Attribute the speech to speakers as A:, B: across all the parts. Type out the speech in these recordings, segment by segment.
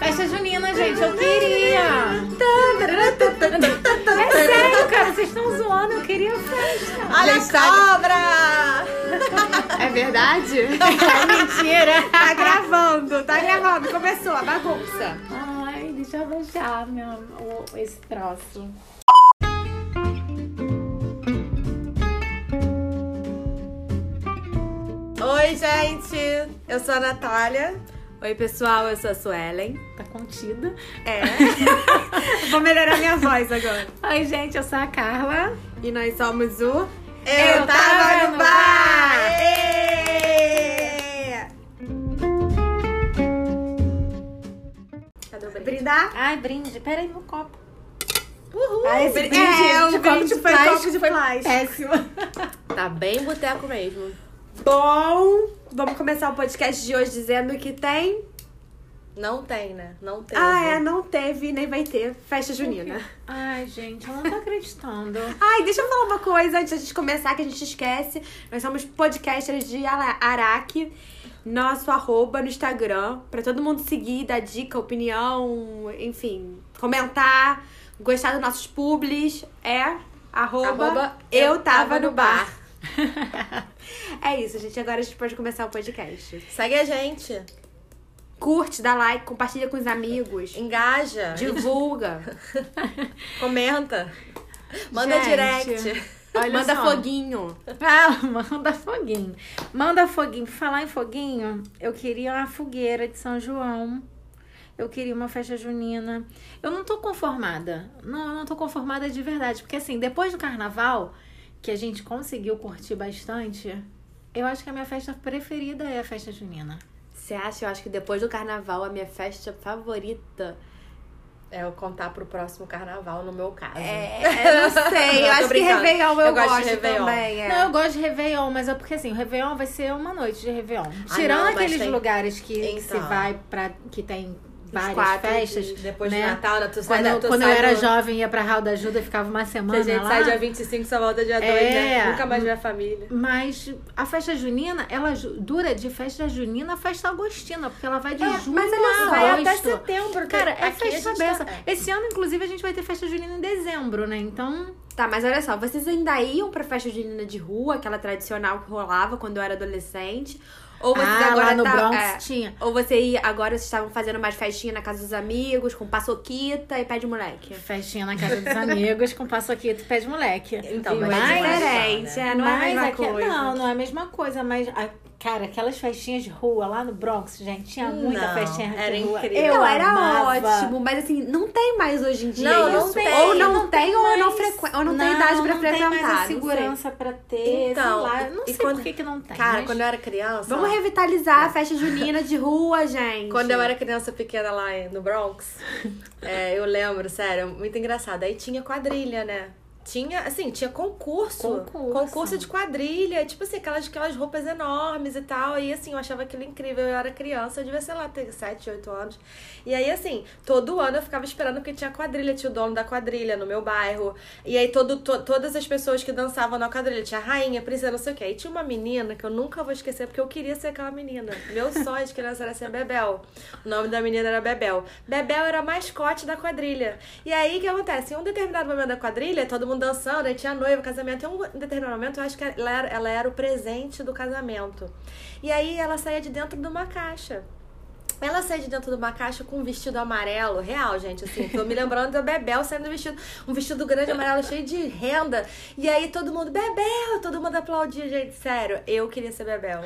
A: É vocês estão zoando, eu queria festa.
B: Olha a
C: Está-
B: cobra!
C: É verdade?
B: É mentira! Tá gravando, tá gravando. Começou a bagunça.
A: Ai, deixa eu baixar meu, o- esse troço.
B: Oi, gente! Eu sou a Natália.
C: Oi, pessoal, eu sou a Suelen.
A: Tá contida.
B: É. Vou melhorar minha voz agora.
A: Oi, gente, eu sou a Carla.
C: E nós somos o.
B: Eu,
A: Eu
B: tava,
A: tava
B: no
A: no
B: bar!
A: bar!
B: Ê!
C: Cadê o
B: Brindar?
A: Ai, brinde. Peraí, meu copo.
B: Uhul!
A: Ah, esse brinde
B: é, o
A: de
B: copo
A: brinde
B: de, foi
A: plástico
B: copo de
A: foi
B: plástico.
A: Péssimo.
C: Tá bem boteco mesmo.
B: Bom, vamos começar o podcast de hoje dizendo que tem...
C: Não tem, né? Não tem.
B: Ah, é, não teve, nem vai ter festa junina.
A: Ai, gente, eu não tô acreditando.
B: Ai, deixa eu falar uma coisa antes da gente começar, que a gente esquece. Nós somos podcasters de Ala- Araque. Nosso arroba no Instagram. Pra todo mundo seguir, dar dica, opinião, enfim. Comentar, gostar dos nossos publis. É arroba,
C: Arroba
B: eu tava no bar. É isso, gente. Agora a gente pode começar o podcast.
C: Segue a gente.
B: Curte, dá like, compartilha com os amigos.
C: Engaja.
B: Divulga.
C: Comenta. Manda
A: Gente,
C: direct.
A: Olha
B: Manda
A: só.
B: foguinho.
A: Ah, manda foguinho. Manda foguinho. Falar em foguinho, eu queria uma fogueira de São João. Eu queria uma festa junina. Eu não tô conformada. Não, eu não tô conformada de verdade. Porque assim, depois do carnaval, que a gente conseguiu curtir bastante, eu acho que a minha festa preferida é a festa junina.
C: Você acha? Eu acho que depois do carnaval, a minha festa favorita é eu contar pro próximo carnaval, no meu caso.
B: É, eu não sei. Eu
C: Tô
B: acho que
C: brincando.
B: Réveillon eu,
C: Eu gosto de
B: gosto
C: Réveillon.
B: também. é.
A: Não, eu gosto de Réveillon, mas é porque assim, o Réveillon vai ser uma noite de Réveillon.
C: Ah,
A: Tirando
C: não, mas
A: aqueles
C: tem-
A: lugares que, que se
C: Então.
A: vai para que tem várias
B: quatro
A: festas.
C: E Depois
A: né?
C: do Natal, né? tu sai,
A: Quando,
C: tu
A: quando eu
C: sai
A: era
C: do...
A: jovem, ia pra Raul da Ajuda, ficava uma
C: Se
A: semana
C: a gente
A: lá.
C: sai dia 25, só volta dia 2,
A: É.
C: né? Nunca mais vê a família.
A: Mas a festa junina, ela ju- dura de festa junina a festa agostina, porque ela vai de junho
B: É, mas olha
A: a
B: só, vai
A: agosto.
B: até setembro.
A: Cara, é
C: Aqui
A: festa
C: a gente tá-
A: dessa.
C: é.
A: Esse ano, inclusive, a gente vai ter festa junina em dezembro, né? Então,
B: Tá, mas olha só, vocês ainda iam pra festa junina de rua, aquela tradicional que rolava quando eu era adolescente? Ou vocês
A: ah,
B: agora
A: lá no
B: tá-
A: Bronx
B: é,
A: tinha.
B: ou você ia, agora vocês estavam fazendo mais festinha na casa dos amigos, com paçoquita e pé de moleque?
A: Festinha na casa dos amigos, com passoquito e pé de moleque.
C: Então,
A: E
C: mas
A: mais-
C: é
B: é
C: diferente.
B: diferente, é, não é a
A: Mas
B: mesma
A: aque-
B: coisa.
A: Não, não é a mesma coisa, mas. a- Cara, aquelas festinhas de rua lá no Bronx, gente, tinha muita
C: Não,
A: festinha de
C: era
A: rua.
C: incrível.
A: Eu
B: Não, era
A: amava.
B: ótimo, mas assim, não tem mais hoje em dia
C: Não,
B: isso.
C: não tem,
B: ou não,
A: não
B: tem,
A: tem
B: ou não
A: mais.
B: frequ... ou não, tem idade pra
A: não tem
B: frequentar.
A: mais a
B: não sei.
A: segurança pra ter,
C: Então,
A: sei lá. Não
C: e
A: sei
C: quando-
A: por que que não tem.
C: Cara,
A: Tá, mas-
C: quando eu era criança...
B: Vamos revitalizar a festa junina de rua, gente.
C: Quando eu era criança pequena lá em- no Bronx, é, eu lembro, sério, muito engraçado. Aí tinha quadrilha, né? Tinha, assim, tinha concurso.
A: Concurso.
C: de quadrilha. Tipo assim, aquelas, aquelas roupas enormes e tal. E assim, eu achava aquilo incrível. Eu era criança, eu devia, sei lá, ter 7, 8 anos. E aí, assim, todo ano eu ficava esperando porque tinha quadrilha. Tinha o dono da quadrilha no meu bairro. E aí, todo, to- todas as pessoas que dançavam na quadrilha. Tinha a rainha, a princesa, não sei o quê. E tinha uma menina que eu nunca vou esquecer porque eu queria ser aquela menina. Meu sonho de criança era ser a Bebel. O nome da menina era Bebel. Bebel era a mascote da quadrilha. E aí, o que acontece? Em um determinado momento da quadrilha, todo mundo dançando, aí tinha noiva, casamento. Em um determinado momento, eu acho que ela era, ela era o presente do casamento. E aí, ela saía de dentro de uma caixa. Ela sai de dentro de uma caixa com um vestido amarelo, real, gente, assim. Tô me lembrando da Bebel saindo do vestido, um vestido grande amarelo cheio de renda. E aí todo mundo, Bebel, todo mundo aplaudia, gente, sério. Eu queria ser Bebel.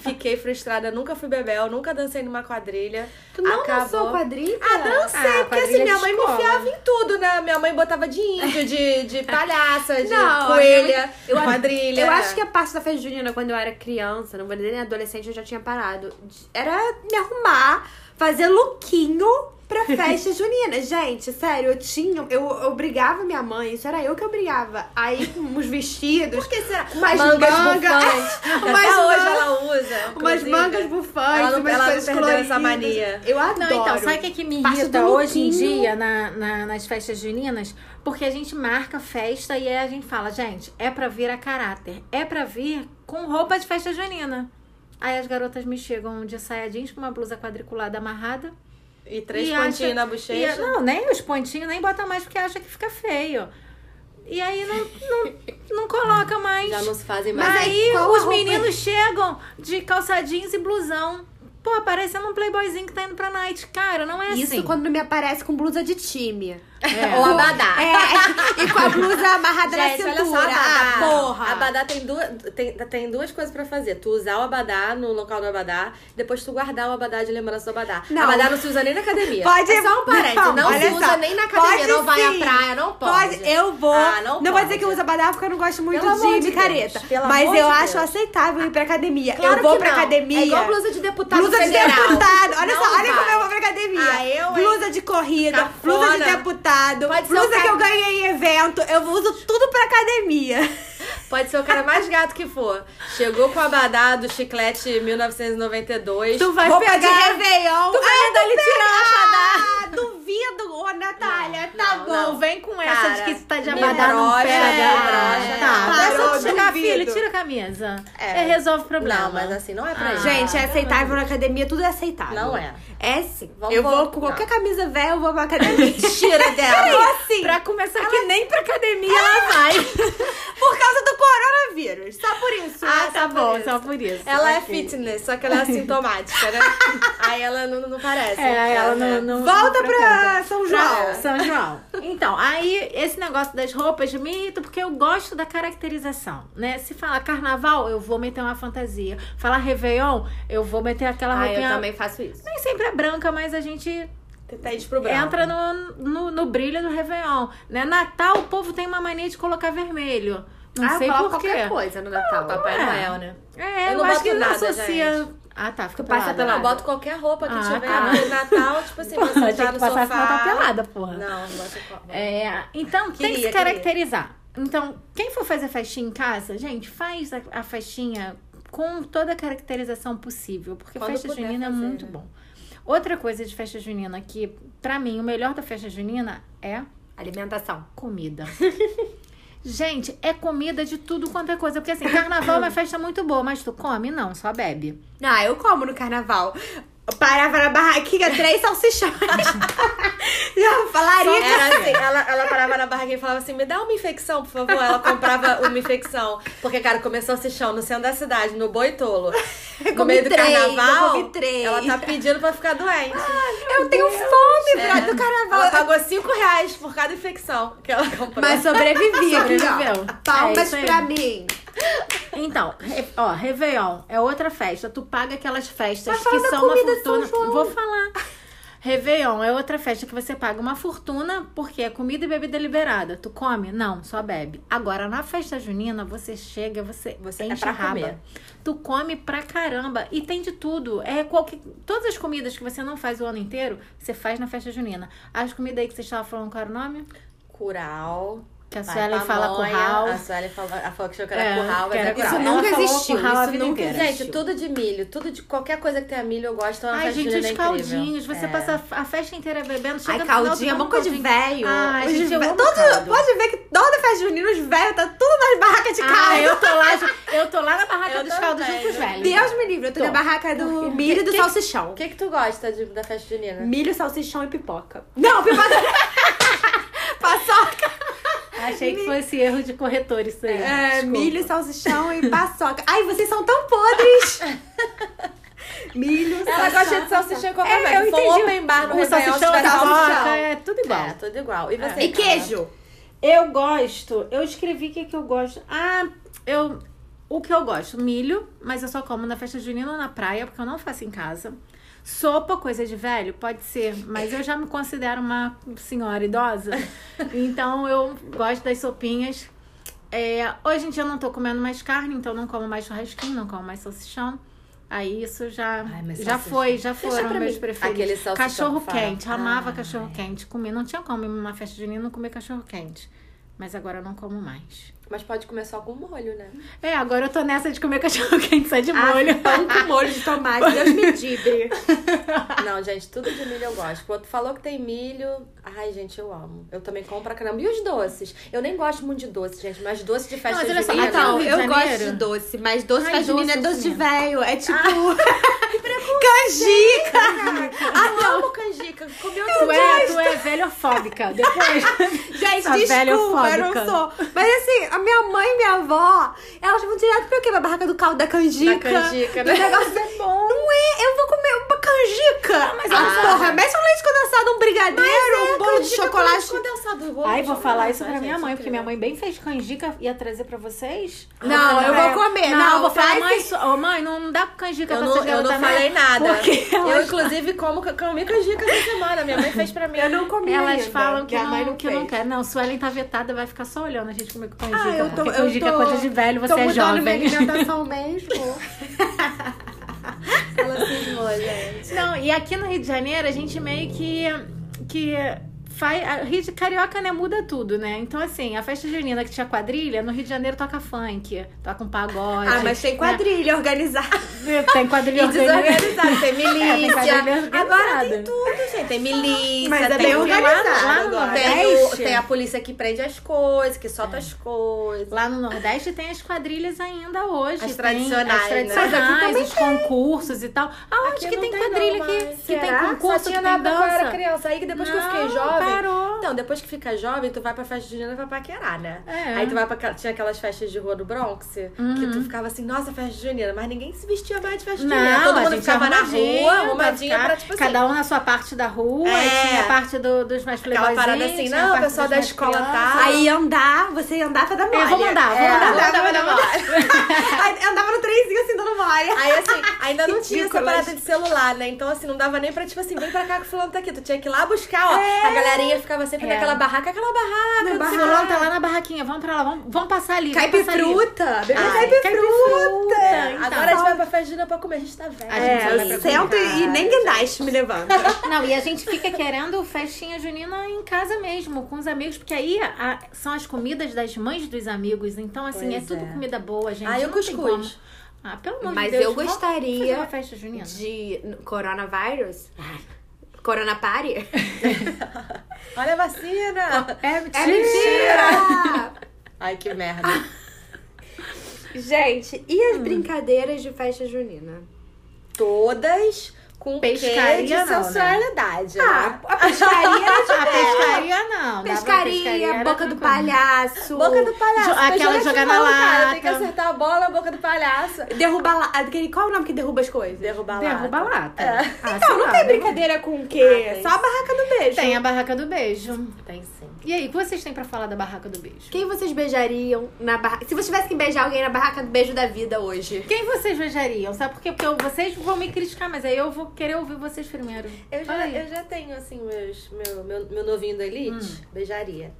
C: Fiquei frustrada, nunca fui Bebel, nunca dancei numa quadrilha.
B: Tu não
C: Acabou.
B: dançou quadrilha? é
C: Ah, dancei,
A: Ah,
C: porque assim,
A: quadrilha
C: minha mãe me
A: escola.
C: enfiava em tudo, né? Minha mãe botava de índio, de, de palhaça, de
B: Não, a minha
C: coelha,
B: mãe- eu acho-
C: quadrilha.
B: Eu acho que a parte da festa junina, quando eu era criança, não vou dizer nem adolescente, eu já tinha parado. de- Era me arrumar, fazer lookinho pra festa junina. Gente, sério, eu tinha. Eu obrigava minha mãe, isso era eu que obrigava. Aí, com uns vestidos.
C: Por que será?
B: Umas
C: mangas
B: manga-
C: bufantes. Até
B: Umas
C: hoje
B: man-
C: ela usa.
B: Umas
C: inclusive.
B: mangas bufantes,
C: Ela não-
B: umas
C: ela não
B: coisas
C: perdeu essa
B: coloridas.
C: mania.
B: Eu adoro.
A: Não, então, sabe o que, que me
B: Parte
A: irrita
B: do
A: hoje em
B: lookinho.
A: dia na- na- nas festas juninas? Porque a gente marca festa e aí a gente fala, gente, é pra vir a caráter, é pra vir com roupa de festa junina. Aí as garotas me chegam de saia jeans com uma blusa quadriculada amarrada.
C: E três
A: E
C: pontinhos
A: acha-
C: na
A: E,
C: bochecha.
A: não, nem os pontinhos, nem bota mais porque acha que fica feio. E aí não, não, não coloca mais.
C: Já não se fazem
A: Mas
C: mais.
A: aí
B: qual a
A: os
B: roupa?
A: meninos chegam de calça jeans e blusão. Pô, parecendo um playboyzinho que tá indo pra night. Cara, não é
B: Isso
A: assim.
B: quando me aparece com blusa de time.
A: É.
C: Ou abadá.
B: É, e com a blusa amarrada na
C: Ah. Gente, olha
B: cintura.
C: só, abadá.
B: Ah, porra.
C: Abadá tem duas, tem, tem duas coisas pra fazer. Tu usar o abadá no local do abadá, depois tu guardar o abadá de lembrança do abadá.
B: Não.
C: Abadá não se usa nem na academia.
B: Pode
C: é só um parênteses. Não, se
B: olha
C: usa
B: só.
C: nem na academia,
B: Pode
C: não vai à
B: sim.
C: praia, não pode.
B: Eu vou.
C: Ah,
B: não
C: não
B: vou
C: pode.
B: dizer que eu uso abadá porque eu não gosto muito
C: Pelo amor
B: de,
C: de
B: de
C: Deus,
B: careta.
C: pelo
B: mas
C: amor
B: eu
C: de
B: acho
C: Deus.
B: aceitável ir pra academia.
C: Claro
B: eu vou
C: que
B: pra
C: não.
B: academia.
C: É igual blusa de deputado
B: Blusa de
C: federal.
B: deputado. Olha
C: Não
B: só, olha como
C: vai.
B: eu vou pra academia.
C: Ah, eu, hein?
B: blusa de corrida,
C: Cafona.
B: blusa de deputado,
C: Pode ser um
B: blusa
C: o cara-
B: que eu ganhei em evento. Eu uso tudo pra academia.
C: Pode ser o cara mais gato que for. Chegou com o abadá do chiclete 1992.
A: Tu vai
B: Roupa de
A: pegar.
B: Réveillon.
A: Tu vai
B: Ah,
A: mandar ele
B: tirar Duvido, ô Natália. tá
C: não,
B: bom.
A: Não, vem com essa de que
C: Cara,
A: você tá de
C: me
A: abadar não
C: brocha,
A: pega.
C: me brocha.
A: Tá,
B: Parou,
A: é só tu chegar,
B: duvido.
A: filho, tira a camisa.
C: É.
A: É, resolve o problema.
C: Não, mas assim, não é pra
A: Ah.
C: gente.
B: Gente, é aceitável na academia, tudo é aceitável.
C: Não é.
B: É sim.
C: Vamos
B: eu vou
C: voltar.
B: com qualquer camisa velha, eu vou pra academia.
C: Tira dela.
B: Eu vou assim,
A: Pra começar que nem pra academia ela vai.
B: por causa do coronavírus. Só por isso.
C: Ah, tá bom,
A: Só por isso.
C: Ela é
A: Ok.
C: fitness, só que ela é assintomática, né? Aí ela não, não parece.
A: É, ela não. não
B: Volta
A: não
B: pra São
A: Pra
B: João.
A: São João. é. Então, aí esse negócio das roupas, mito, porque eu gosto da caracterização, né? Se falar carnaval, eu vou meter uma fantasia. Falar Réveillon, eu vou meter aquela
C: Ah, eu
A: roupinha.
C: também faço isso.
A: Nem sempre é branca, mas a gente
C: Tente pro branco.
A: entra no, no, no brilho do Réveillon. Né? Natal, o povo tem uma mania de colocar vermelho. Não
C: ah,
A: sei
C: eu coloco
A: por quê.
C: qualquer coisa no Natal. Papai
A: é.
C: Noel, né?
A: É, eu,
C: Eu não
A: acho
C: boto
A: que
C: nada,
A: associa. Ah, tá. Fica
B: passa
A: pelada.
B: Pelada.
C: Eu boto qualquer roupa que
A: Ah,
C: tiver
A: tá.
C: no Natal, tipo assim,
A: Pô,
C: você
A: tinha
C: tá
A: que
C: no
A: passar
C: sofá.
A: essa nota pelada, porra.
C: Não, boto qual-
A: É, então tem que
C: Queria,
A: se caracterizar. Então, quem for fazer festinha em casa, gente, faz a, a festinha com toda a caracterização possível, porque
C: Quando
A: festa
C: puder
A: junina é
C: fazer,
A: muito
C: né?
A: bom. Outra coisa de festa junina que, pra mim, o melhor da festa junina é
B: Alimentação.
A: comida. Gente, é comida de tudo quanto é coisa. Porque assim, carnaval é uma festa muito boa, mas tu come? Não, só bebe.
B: Não, eu como no carnaval. Eu Parava na barraquinha, três salsichões. Já falaria.
C: Era assim, ela, ela parava na barraquinha e falava assim: me dá uma infecção, por favor. Ela comprava uma infecção. Porque, cara, começou a se chão no centro da cidade, no boitolo. No
B: comi
C: meio do
B: três,
C: carnaval.
B: eu comi três.
C: Ela tá pedindo pra ficar doente.
B: Eu tenho fome,
C: É.
B: brother, do carnaval.
C: Ela pagou 5 reais por cada infecção que ela comprou.
B: Mas sobrevivi,
A: Sobreviveu.
B: Sobreviveu.
A: tá É
B: Tá Palmas
A: isso aí.
B: pra mim.
A: Então, re- ó, Réveillon é outra festa. Tu paga aquelas festas
B: Mas
A: que
B: fala Tá da
A: são uma
B: comida de São
A: fortuna.
B: João.
A: Vou falar. Réveillon é outra festa que você paga uma fortuna porque é comida e bebida liberada. Tu come? Não, só bebe. Agora, na festa junina, você chega, você,
C: Você- é
A: enche
C: pra
A: a raba.
C: comer.
A: Tu come pra caramba. E tem de tudo. É qualquer... Todas as comidas que você não faz o ano inteiro, você faz na festa junina. As comidas aí que vocês estavam falando, qual era o nome?
C: Curau.
A: Que a
C: vai
A: Suelen
C: pra
A: fala
C: Monha.
A: curral.
C: A Suelen falou, ela falou que achou que era
A: É,
C: curral,
A: que
C: mas
A: era
C: é curral.
A: curral.
B: Isso nunca
A: Ela falou
B: existiu,
A: curral a
B: isso
A: vida
B: nunca
A: inteira.
C: Gente, tudo de milho, tudo de qualquer coisa que tenha milho, eu gosto. Uma
A: Ai,
C: festa
A: gente,
C: junina
A: os
C: é incrível.
A: caldinhos. Você
C: É.
A: passa a festa inteira bebendo. Chega
B: Ai,
A: no final do
B: caldinho, é
A: ano,
B: uma coisa de
A: caldinho.
B: velho.
A: Ai,
B: Os
A: gente, eu
B: ve-
A: amo
B: todo-
A: caldo.
B: Pode ver que toda festa junina, os velhos, tá tudo nas barracas de
A: Ah,
B: caldo.
A: eu tô lá, eu tô lá na barraca
C: Eu
A: dos caldos junto
C: também,
A: com os
C: eu-
A: velhos.
B: Deus me livre, eu tô,
A: Tô.
B: na barraca do milho e do
C: que-
B: salsichão.
C: O que que tu gosta de- da festa junina?
B: Milho, salsichão e pipoca. Não, pipoca... paçoca.
A: Achei que fosse erro de corretor isso aí.
B: É,
A: Desculpa.
B: milho, salsichão e paçoca. Ai, vocês são tão podres. milho,
C: Ela gosta de salsichão em qualquer
B: É,
C: lugar.
B: eu
C: Se for
B: entendi.
C: open bar no
A: O
C: Réveillon,
A: salsichão, a
C: tiver
A: tapioca,
C: salsichão.
A: é tudo igual.
C: É, tudo igual. E você?
B: E queijo.
A: Eu gosto, eu escrevi o que, que eu gosto. Ah, eu. O que eu gosto? Milho, mas eu só como na festa junina ou na praia, porque eu não faço em casa. Sopa, coisa de velho, pode ser, mas eu já me considero uma senhora idosa, então eu gosto das sopinhas. É, hoje em dia eu não tô comendo mais carne, então não como mais churrasquinho, não como mais salsichão. Aí isso já,
C: Ai, mas
A: já
C: salsichão.
A: foi, já
C: Deixa
A: foram
C: pra
A: meus
C: mim.
A: preferidos.
C: Aquele salsichão
A: Cachorro
C: com farofa.
A: quente, amava
B: Ah.
C: Ai.
A: cachorro quente. Comi, não tinha como ir numa festa de menino não comer cachorro quente. Mas agora eu não como mais.
C: Mas pode comer só com molho, né?
A: É, agora eu tô nessa de comer cachorro quente, sai de molho.
B: Ah, pão com molho de tomate. Deus me livre.
C: Não, gente, tudo de milho eu gosto. Pô, tu falou que tem milho. Ai, gente, eu amo. Eu também como pra caramba. E os doces? Eu nem gosto muito de doce, gente, mas doce de festa
A: Não, mas olha só,
C: junina...
A: aqui no
B: Então,
A: Rio de
B: eu
A: Janeiro?
B: gosto de doce, mas doce
A: Ai,
B: festa junina é
A: doce, Ah,
B: doce de
A: docinho.
B: velho. É tipo. canjica! Ah,
C: Eu Ah, amo canjica. Comi outro
A: Ué,
C: dia.
A: tu é velhofóbica. Depois.
B: Gente,
A: Tá
B: desculpa, eu não
A: velhofóbica.
B: sou. Mas assim, a minha mãe e minha avó, elas vão direto pra quê? Pra barraca do caldo da canjica.
C: Da canjica,
B: Do
C: né?
B: negócio é bom. Não é, eu vou comer uma canjica. mas ah, porra, mete um leite condensado, um brigadeiro,
A: é,
B: um bolo de chocolate.
C: condensado.
A: Ai, vou falar
C: tá,
A: isso pra minha mãe, porque minha mãe bem fez canjica ia trazer pra vocês.
B: Não,
A: falar
B: eu
A: pra
B: vou
A: ela,
B: comer.
A: Não,
B: Não,
A: eu vou falar,
B: faz
A: mãe,
B: isso."
A: isso- ô, mãe, não dá canjica
C: Eu
A: pra
C: não,
A: vocês
C: eu não
A: garotas, né?
C: falei nada.
A: Porque
C: Eu, inclusive, como, comi canjica essa semana. Minha mãe fez pra mim.
B: Eu não comi
A: Elas
B: ainda.
A: falam que,
B: Minha mãe
A: não, que
B: fez.
A: não quer. Não, Suelen tá vetada, vai ficar só olhando a gente comer com canjica.
B: Ah, eu tô,
A: porque
B: eu
A: canjica é
B: tô,
A: coisa de velho, você
B: tô
A: é
B: mudando minha
A: jovem.
B: alimentação mesmo. Ela cismou, gente.
A: Não, e aqui no Rio de Janeiro a gente meio que. que faz, a Rio de Carioca, né, muda tudo, né? Então, assim, a festa junina que tinha quadrilha, no Rio de Janeiro toca funk, toca um pagode.
B: Ah, mas tem
A: né?
B: quadrilha organizada.
A: Tem
C: E
A: quadrilha organizada.
C: desorganizado. Tem milícia.
A: organizada.
C: Agora tem tudo, gente. Tem milícia.
B: Mas é
C: tem
B: bem
C: o-
B: organizado
C: Lá no
A: agora.
C: Tem, o-
A: Nordeste.
C: tem a polícia que prende as coisas, que solta as coisas.
A: Lá no Nordeste tem as quadrilhas ainda hoje.
C: As
A: tem
C: tradicionais,
A: As
C: né?
A: tradicionais,
B: Mas aqui também
A: os concursos e tal. Aonde
C: Aqui
A: que
C: não
A: tem,
C: tem
A: quadrilha
C: não,
A: que,
C: mas
A: que tem
B: será?
A: concurso,
C: Só tinha
A: que tem
C: nada quando eu era
A: dança?
C: criança. Aí que depois que eu fiquei
A: Não,
C: jovem.
A: parou.
C: Então, depois que fica jovem, tu vai pra festa junina pra paquerar, né?
A: É.
C: Aí tu vai pra. aquela- Tinha aquelas festas de rua do Bronx, que tu ficava assim, nossa, festa junina. Mas ninguém se vestia mais de festa junina.
A: Não,
C: Todo
A: a
C: mundo
A: gente
C: ficava na
A: arrumadinho
C: rua, arrumadinha
A: ficar-
C: pra, tipo assim.
A: Cada um na sua parte da rua,
C: É.
A: aí tinha a parte do- dos mais
C: Aquela
A: playboyzinhos.
C: parada assim,
A: tinha a
C: não, o
A: parte
C: pessoal
A: dos
C: da
A: mais
C: escola
A: crianças.
C: tá.
B: Aí andar, você andar pra dar mole.
A: Ah. Eu vou mandar, vou
C: É,
A: mandar.
C: vou mandar, vai dar mole.
B: Aí andava no trenzinho assim, dando mole.
C: Aí, assim, ainda não tinha essa
B: Ridículas.
C: parada de celular, né? Então, assim, não dava nem pra, tipo assim, vem pra cá que o fulano tá aqui. Tu tinha que ir lá buscar, ó. A galerinha ficava sempre
A: É.
C: naquela barraca, aquela barraca.
A: O
C: não sei o
A: fulano
C: quê.
A: tá lá na barraquinha, vamos pra lá, vamos, vamos passar ali. vamos passar ali.
B: Caipifruta. Bebê
A: Ai,
B: caipifruta.
A: caipifruta, então.
C: É Agora a gente vai pra Ferdinand pra comer, a gente tá velho.
A: A gente vai
B: É,
A: pra
B: eu sento e, e nem guindaste me levanta.
A: Não, e a gente fica querendo festinha junina em casa mesmo, com os amigos, porque aí a- são as comidas das mães dos amigos. Então, assim,
C: Pois
A: é tudo
C: é.
A: comida boa, gente.
C: Ah, e o
A: não tem
C: cuscuz?
A: como. Ah, pelo amor
B: Mas
A: de Deus.
B: eu
A: vamos
B: gostaria
A: fazer uma festa junina.
B: De coronavírus? Corona party?
C: Olha a vacina!
A: É
B: É mentira!
C: Ai, que merda.
B: Gente, e as brincadeiras de festa junina?
C: Todas com quê de
A: Pescaria não, né? Ah.
C: sensualidade. né?
B: Ah, a pescaria era
A: A pescaria não. dava pescaria,
B: Pescaria,
A: era
B: boca do
A: tranquilo.
B: palhaço.
C: Boca do palhaço.
A: Jo-
C: mas
A: aquela
C: joga
A: jogar
C: de
A: na
C: mão, cara, Tem que
A: lata.
C: acertar a bola, a boca do palhaço.
B: Derruba lá. Aquele, qual é o nome que derruba as coisas?
C: Derruba lá.
A: Derruba lata. Ah,
B: Então,
A: sei
B: não tem
A: lá, derruba-
B: brincadeira com o quê?
C: Ah, tem.
B: Só a barraca do beijo.
A: Tem a barraca do beijo.
C: Tem sim.
A: E aí, o que vocês têm pra falar da barraca do beijo?
B: Quem vocês beijariam na barraca? Se você tivesse que beijar alguém na barraca do beijo da vida hoje.
A: Quem vocês beijariam? Sabe por quê? Porque eu- vocês vão me criticar, mas aí eu vou querer ouvir vocês primeiro.
C: Eu
A: Olha
C: já,
A: aí.
C: eu já tenho, assim, meus, meu, meu, meu novinho da Elite.
B: Hum.
C: Beijaria.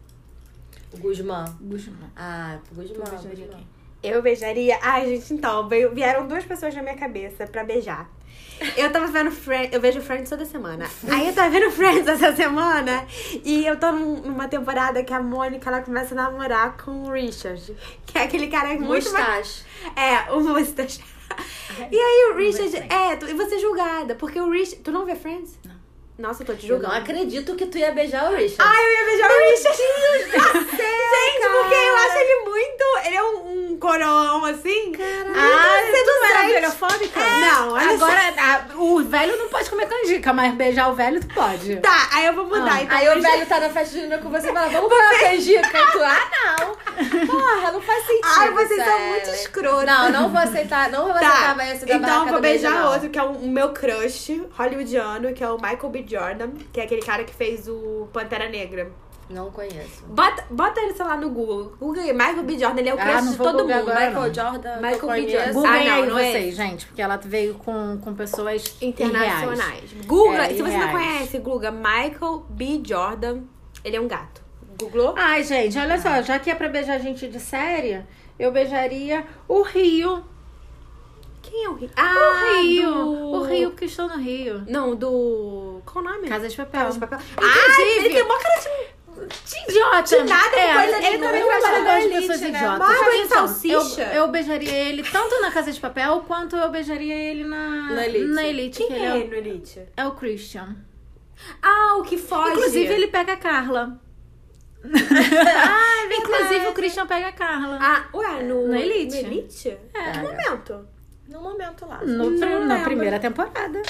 C: O Guzmán.
A: Guzmã.
C: Ah, o Guzmán.
A: Tu beijaria
C: Guzmán.
A: quem?
B: Eu beijaria. Ai, gente, então, veio- vieram duas pessoas na minha cabeça pra beijar. Eu tava vendo Friends, eu vejo Friends toda semana. Aí eu tava vendo Friends essa semana e eu tô num- numa temporada que a Mônica ela começa a namorar com o Richard, que é aquele cara muito mais
C: Mustache.
B: É, o Mustache. E aí o Richard, é, tu- e você é julgada, porque o Richard, tu não vê Friends? Não. Nossa, eu tô te
C: Eu não
B: julgando.
C: acredito que tu ia beijar o Richard.
B: Ai, eu ia beijar o
A: é
B: Richard. Gente, porque eu acho ele muito. Ele é um, um coroão, assim. É, Caraca.
A: Ah, tu era velhofóbica?
B: Não, olha só.
A: Agora, a- o velho não pode comer canjica, mas beijar o velho tu pode.
B: Tá, aí eu vou mudar.
A: Ah,
B: então,
C: Aí o
B: Richard-
C: velho tá na festa junina com você e fala, vamos comer uma canjica? E tu, ah, não. Porra, não faz sentido.
B: Ai, vocês são
C: Suelen.
A: é
B: muito escrotos.
C: Não, não vou aceitar, não vou aceitar
B: Tá,
C: mais esse da
B: então eu
C: barraca
B: vou
C: do beijo,
B: beijar
C: não.
B: outro, que é o meu crush hollywoodiano, que é o Michael B. Jordan, que é aquele cara que fez o Pantera Negra.
C: Não conheço.
B: Bota, bota ele, sei lá, no Google. Google aí, Michael B. Jordan, ele é o
A: Ah,
B: crush
A: não
B: de
A: vou
B: todo mundo.
A: Google agora,
B: Michael-
C: Michael Jordan,
B: Michael
C: que eu
B: B. Jordan.
C: conheço.
A: Googlem
B: Ah, não,
A: aí
B: não é
A: vocês, gente, porque ela veio com, com pessoas irreais.
B: Internacionais. Google,
A: É,
B: se você não
A: irreais.
B: conhece, Google Michael B. Jordan. Ele é um gato. Googlou?
A: Ai, gente, olha só, já que é pra beijar gente de série, eu beijaria o Rio.
B: Quem é o Rio?
A: O
B: Ah,
A: Rio.
B: do-
A: O Rio que estou no Rio.
B: Não, do... Qual o nome?
A: Casa de Papel.
B: de Papel. Ah,
A: Inclusive-
B: ele tem uma cara de... um
A: De idiota.
B: De nada,
A: é,
B: coisa
A: Ele
B: nenhuma.
A: também
B: Eu
A: trabalha
B: acho
A: com as
B: elite,
A: pessoas
B: né?
A: idiotas.
B: Bárbara
A: Olha
B: de
A: só,
B: salsicha.
A: Eu, eu beijaria ele tanto na Casa de Papel, quanto eu beijaria ele na,
C: Na Elite.
A: na Elite, que ele é, o-
B: no Elite?
A: é o Christian.
B: Ah, o que foge.
A: Inclusive, ele pega a Carla. É Inclusive, o Christian pega a Carla.
B: é Ah, ué, no...
A: No Elite.
B: No Elite?
A: É.
B: Que momento?
C: No momento lá.
A: No,
B: não
A: na
B: lembro.
A: primeira temporada.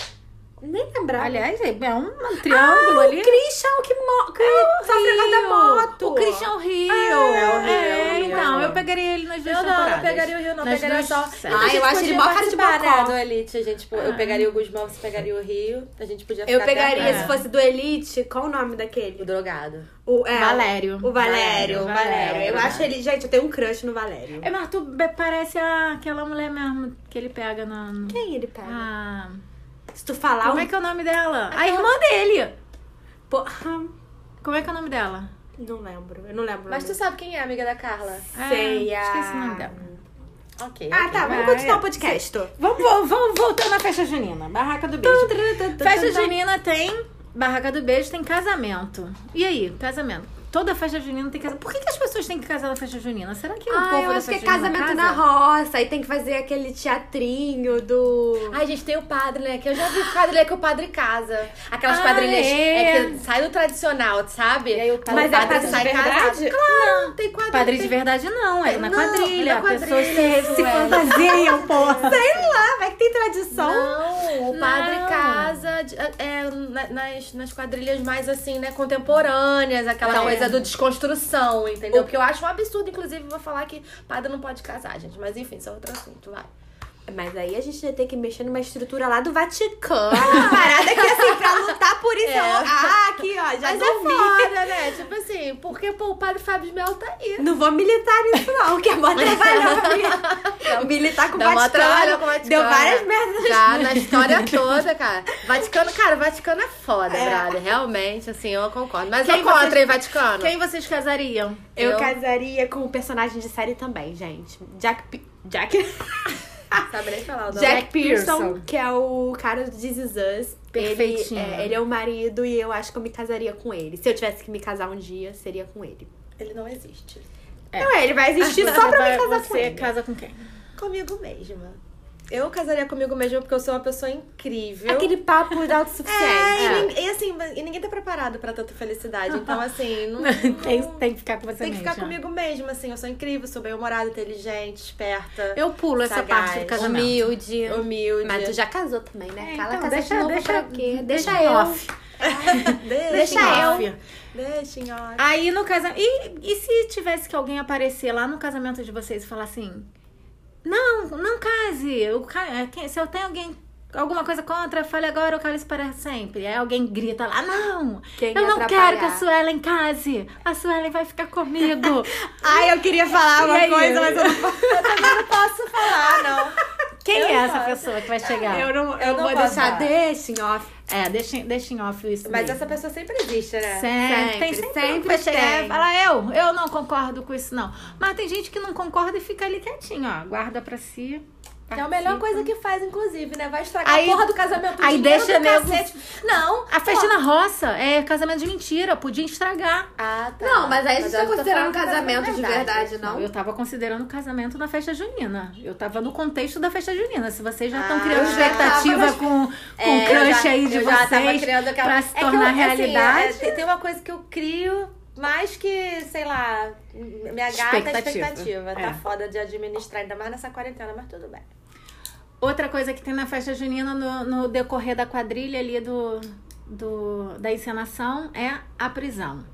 B: Nem lembrava. Ah,
A: Aliás, é um, um triângulo ali.
B: o Christian que morre. Sofre
D: Rio.
B: da moto.
A: O Christian Rio.
C: É, o Rio,
A: Ah, É,
C: o Rio.
A: então, eu pegaria ele nas duas
D: Eu não,
A: temporadas.
D: não pegaria o Rio, não.
A: Nas
D: Pegaria
A: duas
D: só.
A: séries.
B: Ah,
D: A gente
B: eu acho
D: podia
B: ele mó cara de
D: participar,
B: bocó.
D: né,
C: do Elite, a gente, eu pegaria o Guzmão, você pegaria o Rio, a gente podia ficar
B: Eu
C: até
B: pegaria,
C: amanhã.
B: se fosse do Elite, qual o nome
C: o
D: É.
B: daquele?
C: drogado.
B: O, é,
A: Valério.
B: O Valério,
A: Valério,
B: o Valério. Eu
A: Valério.
B: acho ele. Gente, eu tenho um crush no Valério.
A: É, mas tu be- parece a- aquela mulher mesmo que ele pega na. no-
B: Quem ele pega?
A: a-
B: Se tu falar
A: Ah, como
B: um.
A: é que é o nome dela? A irmã dele!
B: Porra.
A: Como é que é o nome dela?
B: Ah, Não lembro. Eu não lembro. o
C: Mas tu
B: nome.
C: sabe quem é amiga da Carla?
A: É,
B: Sei, a-
A: esqueci o nome dela.
C: Ok.
B: Ah,
C: ok.
B: tá. Vamos
A: Ah,
B: continuar
A: é.
B: o podcast.
A: Vamos, vo- vamos voltar na festa junina. Barraca do beijo. Festa junina tem barraca do beijo, tem casamento. E aí, casamento? Toda festa junina tem casamento. Por que, que as pessoas têm que casar na festa junina? Será que o
B: Ah,
A: povo
B: eu
A: da
B: acho que é
A: festa junina
B: casamento
A: casa?
B: na roça. Aí tem que fazer aquele teatrinho do.
D: Ai, gente, tem o padre, né? Que eu já vi o padre, né? Que o padre casa. Aquelas
A: Ah,
D: quadrilhas
A: é.
D: é que sai do tradicional, sabe?
C: E aí o padre-
D: Mas
C: Mas é
D: a padre
C: padre de
D: sai casado.
C: verdade?
D: Claro, tem quadrilha.
A: Padre de verdade não, é na
D: Não,
A: quadrilha.
D: é na
A: A pessoa
D: quadrilha,
A: se,
D: isso
A: se
D: é.
A: fantasiam, porra.
B: Sei lá, Ah, vai que tem tradição.
D: Não, o padre
A: Não.
D: casa de- é, na- nas, nas quadrilhas mais assim, né, contemporâneas, aquela
A: Então,
D: coisa
A: é.
D: do desconstrução, entendeu? Porque eu acho um absurdo, inclusive, vou falar que padre não pode casar, gente. Mas enfim, isso é outro assunto, vai.
B: Mas aí a gente ia ter que mexer numa estrutura lá do Vaticano. uma parada que, assim, pra lutar por isso.
D: É.
B: eu- Ah, aqui, ó, já
D: Mas
B: dormi.
D: é foda, né? Tipo assim, porque pô, o padre Fábio de Mel tá aí.
B: Não vou militar nisso, não, que é mó trabalho pra mim. Militar com o
D: Dá mó trabalho com o Vaticano.
B: Vaticano. Deu várias merdas.
D: Já, na história toda, cara. Vaticano, cara, Vaticano é foda,
B: É.
D: brother. Realmente, assim, eu concordo. Mas
A: Quem
D: eu contra,
A: vocês-
D: hein, Vaticano?
A: Quem vocês casariam?
B: Eu,
D: Eu-
B: casaria com um personagem de série também, gente. Jack... P- Jack...
D: Sabe nem falar o nome.
B: Jack
A: Jack
B: Pearson,
A: Pearson.
B: que é o cara do This Is Us.
A: Perfeitinho.
B: Ele é, ele é o marido e eu acho que eu me casaria com ele. Se eu tivesse que me casar um dia, seria com ele.
D: Ele não existe.
A: É.
B: Não, ele vai existir só pra me casar
A: você
B: com ele.
A: casa com quem?
D: Comigo mesma. Eu casaria comigo mesma porque eu sou uma pessoa incrível.
B: Aquele papo da
D: É,
B: autossuficiência.
D: E, nin- e assim, e ninguém tá preparado pra tanta felicidade. Então, assim, não.
A: tem, tem que ficar com você
D: Tem que ficar
A: mesmo.
D: comigo mesma, assim. Eu sou incrível, sou bem-humorada, inteligente, esperta,
A: Eu pulo essa
D: Sagaz.
A: parte do casamento.
B: Humilde.
D: humilde.
B: Mas tu já casou também, né?
A: É,
B: Cala
A: então,
B: casar
A: deixa-
B: de novo
A: deixa-
B: pra quê? Deixa,
A: deixa
B: eu.
A: off.
D: Deixa,
B: Deixa
D: em
B: eu.
D: off. Deixa em off.
A: Aí no casamento. E, e se tivesse que alguém aparecer lá no casamento de vocês e falar assim: Não, não case. Eu, ca- é, quem- se eu tenho alguém. Alguma coisa contra, fale agora ou cale-se para sempre. Aí alguém grita lá, não!
B: Quem
A: eu não
B: atrapalhar?
A: quero que a Suelen case! A Suelen vai ficar comigo!
B: Ai, eu queria falar uma coisa, mas eu não posso.
D: não posso falar, não.
A: Quem
D: Eu
A: é
D: não
A: essa
D: posso.
A: pessoa que vai chegar?
B: Eu não, eu
D: Eu não
B: vou
D: posso
B: deixar.
D: falar.
B: Deixa em off.
A: É, deixa, deixa em off isso.
C: Mas
A: daí.
C: essa pessoa sempre existe, né?
A: Sempre,
B: Sempre,
A: tem, sempre,
B: sempre
A: vai chegar
B: tem.
A: e falar, eu, eu não concordo com isso, não. Mas tem gente que não concorda e fica ali quietinho, ó. Guarda pra si.
D: É a melhor coisa que faz, inclusive, né? Vai estragar
A: Aí-
D: a porra do casamento. o
A: aí
D: dinheiro
A: deixa
D: do
A: mesmo.
D: cacete. Não.
A: A festa na roça é casamento de mentira, podia estragar.
C: Ah, tá.
B: Não, mas aí a gente tá
C: eu tô
B: considerando um
C: falando
B: casamento de verdade, não?
A: Eu tava considerando o casamento na festa junina. Eu tava no contexto da festa junina. Se vocês já estão
C: Ah,
A: criando
C: eu já
A: expectativa
C: tava-
A: com, com
C: É,
A: o
C: eu
A: crush
C: já-
A: aí de
C: eu já tava
A: vocês
C: criando aquela-
A: pra se
C: É que eu-
A: tornar
C: assim,
A: realidade.
C: é, tem, tem uma coisa que eu crio mais que, sei lá, me agarra a
A: Expectativa.
C: expectativa. Tá
A: É.
C: foda de administrar, ainda mais nessa quarentena, mas tudo bem.
A: Outra coisa que tem na festa junina no, no decorrer da quadrilha ali do, do- da encenação é a prisão.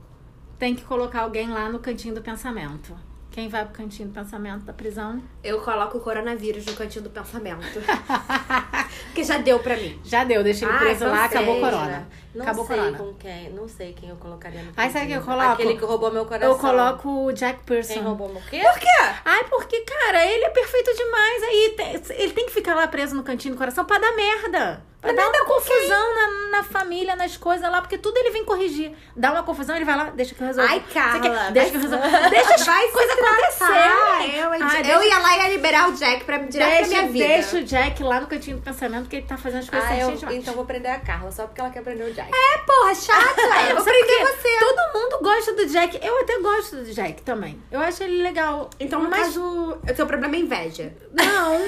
A: Tem que colocar alguém lá no cantinho do pensamento. Quem vai pro cantinho do pensamento da prisão
B: Eu coloco o coronavírus no cantinho do pensamento. Porque já deu pra mim.
A: já deu, deixa ele
B: Ai,
A: preso
B: não
A: lá, acabou
C: Ah, Sei, né?
A: corona.
C: Não
A: acabou
C: sei
A: corona.
C: com quem, não sei quem eu colocaria no
A: Ai, sabe o que eu
C: cantinho.
A: coloco?
C: Aquele que roubou meu coração.
A: Eu coloco o Jack
C: Quem
A: Pearson.
C: roubou meu quê?
A: Ai, porque, cara, ele é perfeito demais. Aí tem- ele tem que ficar lá preso no cantinho do coração pra dar merda. Pra dar uma confusão na, na família, nas coisas lá, porque tudo ele vem corrigir. Dá uma confusão, ele vai lá, deixa que eu resolvo.
B: Ai,
A: Você quer-
B: Carla.
A: Deixa que eu resolvo. Deixa as
B: Vai se
A: coisas
B: tratar.
A: acontecerem.
B: Eu,
A: Ai,
B: eu
A: deixa-
B: ia lá e ia liberar o Jack pra me tirar da
A: Deixa,
B: minha vida.
A: deixa o Jack lá no cantinho do pensamento que ele tá fazendo as coisas
C: Ah, eu,
A: certinhas demais.
C: então vou prender a Carla, só porque ela quer prender o Jack.
B: Porra, chato, é. Vou
A: Ah, Sabe por
B: prender
A: quê?
B: você.
A: Todo mundo gosta do Jack. Eu até gosto do Jack também. Eu acho ele legal.
B: Então, no
A: mas
B: caso, o seu problema é inveja.
A: não.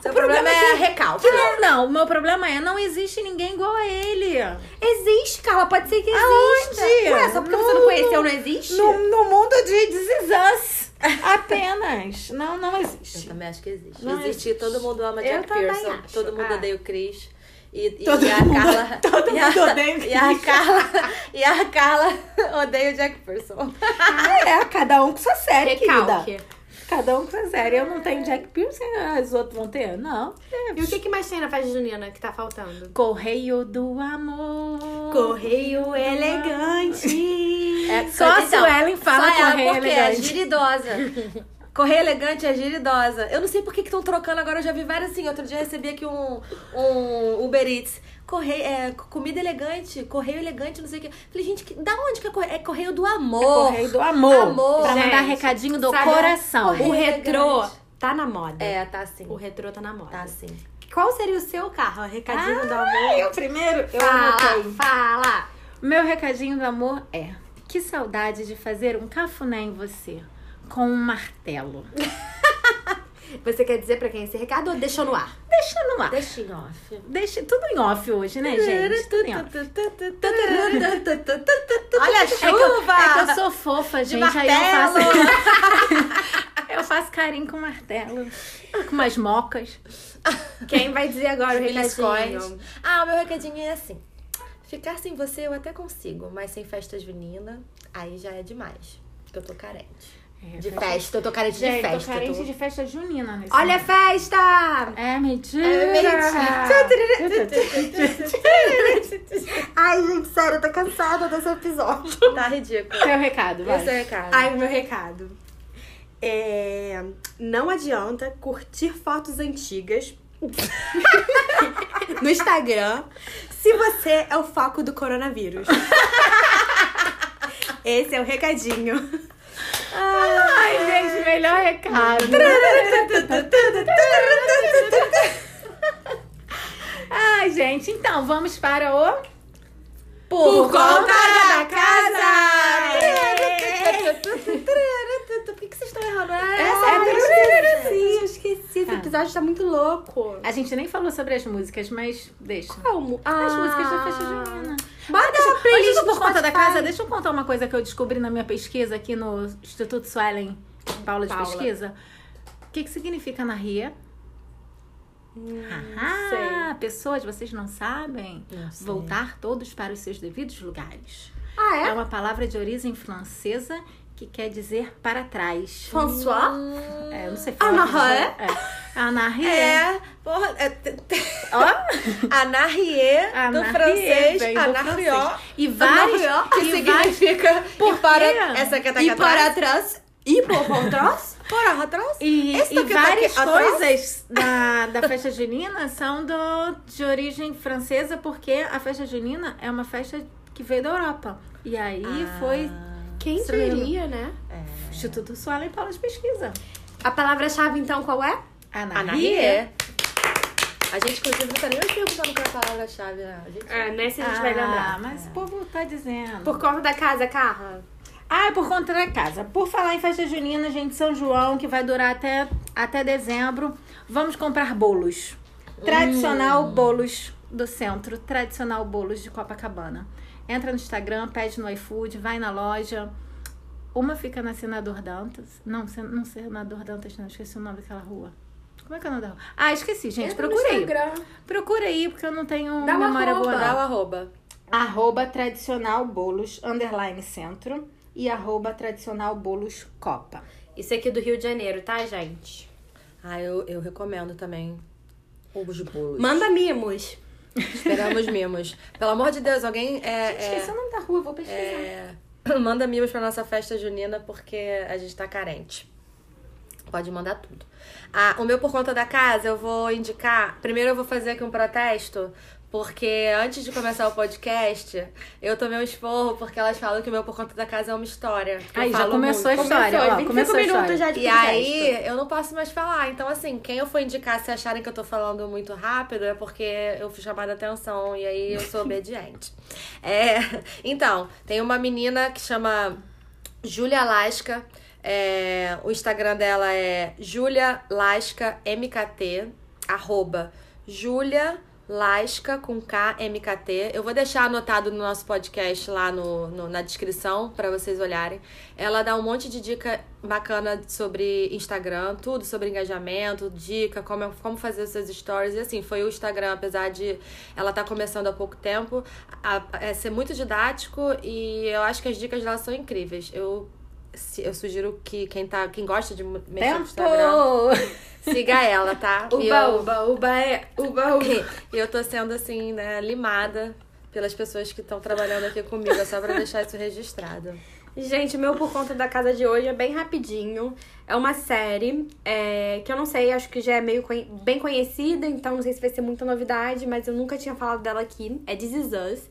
C: Seu
B: problema é
C: recalque.
A: Que não, não. O meu problema é, não existe ninguém igual a ele.
B: Existe, Carla. Pode ser que exista.
A: Aonde?
B: Ué, só porque
A: No-
B: você não conheceu, não existe?
A: mundo de This Is Us. Apenas. Não, não
C: Eu
A: existe.
C: também acho que existe.
A: Não
C: existe,
A: existe.
C: todo mundo ama
B: Eu
C: Jack
B: também
C: Pearson,
B: acho.
C: todo mundo
B: Ah.
C: odeia o Chris. E, e
B: Todo
C: a
B: mundo-
C: Carla.
B: todo
C: e a-
B: mundo odeia o
C: E a Carla. E a Carla odeia o Jackperson.
A: Ah,
B: É, cada um com sua série,
A: Recalque.
B: querida.
A: Cada um com a série. Eu não tenho Jack Pearson, os outros vão ter? Não.
E: E o que, que mais tem na festa junina que tá faltando?
A: Correio do amor.
B: Correio elegante.
C: É,
A: Só a Suelen fala
C: só ela,
A: correio
C: porque
A: elegante.
C: é giridosa. Correr elegante é giridosa. Eu não sei por que estão trocando agora. Eu já vi várias assim. Outro dia eu recebi aqui um, um Uber Eats. Correio, é, comida elegante, correio elegante, não sei o que. Falei, gente, que, da onde que é correio? É correio do amor.
A: É Correio do amor.
C: Amor.
A: Pra mandar
E: Gente,
A: recadinho do
E: sabe-
A: coração.
C: Correio.
B: O retrô
C: elegante.
B: tá na moda.
C: É, tá assim.
B: O retrô tá na moda.
C: Tá assim.
B: Qual seria o seu carro? Um Recadinho do amor.
A: Eu primeiro, eu
B: Fala,
A: anotei.
B: fala.
A: Meu recadinho do amor é: que saudade de fazer um cafuné em você com um martelo.
B: Você quer dizer pra quem esse recado ou deixou no ar?
A: Deixa no ar.
C: Deixa em off.
A: Deixa tudo em off hoje, né, gente? Tudo em off.
C: Olha a
A: É que, eu,
C: chuva!
A: é que eu sou fofa, gente. Aí eu faço.
C: martelo.
A: eu faço carinho com martelo. Com umas mocas.
B: Quem vai dizer agora o
C: Biscoites.
B: recadinho?
C: Ah, o meu recadinho é assim. Ficar sem você eu até consigo, mas sem festa junina, aí já é demais. Porque eu tô carente. De É, festa, eu tô carente
A: Gente,
C: de festa.
A: tô carente
C: tô-
A: de festa junina nesse
B: Olha a
A: momento.
B: festa!
A: É mentira.
C: É
B: Ai, gente, sério, eu tô cansada desse episódio.
C: Tá ridículo.
A: Seu recado, vai.
C: Esse é o recado.
B: Ai, meu recado. É... Não adianta curtir fotos antigas no Instagram se você é o foco do coronavírus. Esse é o recadinho.
A: Ai, gente, melhor recado. Ai, gente, então vamos para o.
B: Por conta da casa!
C: Por que, que vocês estão errando? Ah,
B: Essa é a Sim, eu esqueci. Esse
A: Tá.
B: episódio tá muito louco.
A: A gente nem falou sobre as músicas, mas deixa.
B: Como?
A: As músicas da festa junina.
B: Bota
A: Deixa-
B: a Ah. playlist
A: antes do
B: do
A: por conta da
B: Spotify.
A: casa, deixa eu contar uma coisa que eu descobri na minha pesquisa aqui no Instituto Suelen Paula de
B: Paula.
A: Pesquisa. O que, que significa na ria?
B: Hum,
A: Ah, pessoas, vocês não sabem? Voltar todos para os seus devidos lugares.
B: Ah, é?
A: É uma palavra de origem francesa que quer dizer para trás.
B: François?
A: É, eu não sei falar.
B: Ana
A: É. Anarrie.
C: É, porra, é, t- t-
A: Ó,
C: Anarrier do
A: Anarrier,
C: francês,
A: vem do
C: Anarrió.
A: francês. E vários.
C: que
A: e vários-
C: significa
A: Por
C: e para
A: quê?
C: essa que tá aqui
B: E para
C: atrás.
B: atrás? E por contras?
C: Para atrás?
A: E,
C: Esse
A: e
C: daqui tá
A: várias
C: aqui atrás?
A: coisas da, da festa junina são do, de origem francesa, porque a festa junina é uma festa que veio da Europa. E aí foi
E: Quem
A: Estranho.
E: diria, né?
A: Instituto Suelen Paula de Pesquisa.
B: A palavra-chave, então, qual é?
A: Anarrie.
C: Anarrier. A gente, inclusive, não tá nem mais perguntando qual é a palavra-chave. né? A gente-
E: É, nessa a gente
A: Ah,
E: vai lembrar.
A: mas o povo tá dizendo.
B: Por conta da casa, Carla?
A: Ah, é por conta da casa. Por falar em festa junina, gente, São João, que vai durar até, até dezembro, vamos comprar bolos. Tradicional
E: Hum.
A: bolos do centro, tradicional bolos de Copacabana. Entra no Instagram, pede no iFood, vai na loja. Uma fica na Senador Dantas. Não, Sen- não Senador Dantas, não. Esqueci o nome daquela rua. Como é que é o nome da rua? Ah, esqueci,
B: É,
A: gente.
E: Entra no
A: Procura aí.
E: Instagram.
A: Procura aí, porque eu não tenho
E: Dá uma
A: memória boa.
E: arroba.
A: não
C: Dá o arroba.
A: arroba tradicional bolos underline centro e arroba tradicional bolos copa.
E: Isso aqui é do Rio de Janeiro, tá, gente?
C: Ah, eu, eu recomendo também ovos de bolos.
B: Manda mimos.
C: Esperamos mimos. Pelo amor de Deus, alguém é,
A: Esqueci o nome da rua, vou pesquisar.
C: é, é, manda mimos pra nossa festa junina porque a gente tá carente. Pode mandar tudo. Ah, o meu por conta da casa, eu vou indicar. Primeiro eu vou fazer aqui um protesto. Porque antes de começar o podcast, eu tomei um esporro porque elas falam que o meu por conta da casa é uma história. Eu
A: Aí, já
C: falo
A: começou
C: muito.
A: a história. ó, começou
B: 25
A: a
B: minutos
A: história.
B: já de
C: E
B: podcast.
C: aí, eu não posso mais falar. Então, assim, quem eu for indicar, se acharem que eu tô falando muito rápido, é porque eu fui chamada a atenção. E aí, eu sou obediente. É, então, tem uma menina que chama Julia Lasca. É, o Instagram dela é Julia Lasca MKT, arroba Julia Lasca com K, MKT. Eu vou deixar anotado no nosso podcast lá no, no- na descrição pra vocês olharem. Ela dá um monte de dica bacana sobre Instagram, tudo sobre engajamento, dica, como, como fazer os seus stories. E assim, foi o Instagram, apesar de ela tá começando há pouco tempo, a, a ser muito didático e eu acho que as dicas dela são incríveis. Eu, se- eu sugiro que quem, tá, quem gosta de mexer no Instagram,
A: Tempo!
C: siga ela, tá? E
E: Uba,
C: eu-
E: uba, uba é. Uba, uba.
C: e eu tô sendo, assim, né, limada pelas pessoas que estão trabalhando aqui comigo, é só pra deixar isso registrado.
B: Gente, o meu por conta da casa de hoje é bem rapidinho. É uma série é, que eu não sei, acho que já é meio conhe- bem conhecida, então não sei se vai ser muita novidade, mas eu nunca tinha falado dela aqui. É This Is Us.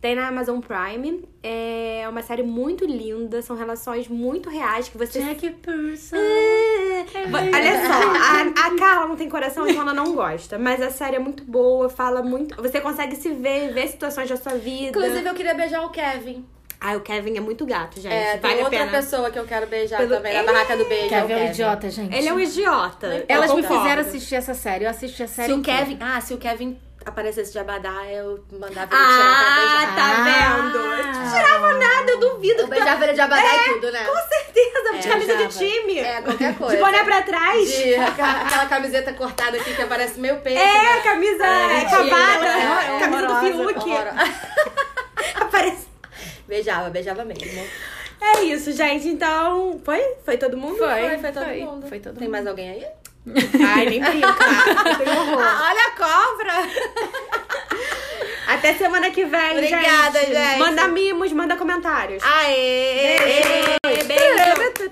B: Tem na Amazon Prime. É uma série muito linda, são relações muito reais que você.
A: Jack Pearson. É.
B: Olha só, a, a Carla não tem coração, então ela não gosta. Mas a série é muito boa, fala muito. Você consegue se ver, ver situações da sua vida.
C: Inclusive, eu queria beijar o Kevin.
B: Ai, o Kevin é muito gato, gente.
C: É, tem
B: vale a
C: outra
B: pena.
C: pessoa que eu quero beijar
B: Pelo-
C: também, na barraca do beijo. é
A: Quer
C: o
A: ver o
C: Kevin.
A: idiota, gente?
B: Ele é um idiota.
A: Elas
B: Eu
A: me
B: concordo.
A: fizeram assim, assistir essa série. Eu assisti a série
C: Se o
A: inteira.
C: Kevin... Ah, se o Kevin aparecesse de abadá, eu mandava ele tirar pra beijar.
B: Ah, tá Então, vendo? Eu tirava nada, eu duvido.
D: Eu beijava ele de abadá e tudo, né?
B: Com certeza, de
A: É,
B: camisa
A: já,
B: de time.
D: É, qualquer
B: de
D: coisa.
B: boné pra trás.
C: De- aquela camiseta cortada aqui que aparece meu peito. né?
B: É, camisa é, cavada.
C: é, é
B: camisa do
C: horrorosa,
B: Fiuk.
C: horrorosa.
B: Aparece.
C: Beijava, beijava mesmo.
B: É isso, gente. Então, foi? Foi todo mundo?
C: Foi, foi todo
A: foi,
C: mundo.
A: foi todo
C: Tem
A: mundo.
C: mais alguém aí? Ah,
B: Ai, nem brinca. Tem horror.
C: olha a cobra!
B: Até semana que vem,
C: Obrigada, gente.
B: Manda mimos, manda comentários.
C: Aê!
B: Beijo.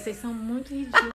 A: Vocês são muito ridículos.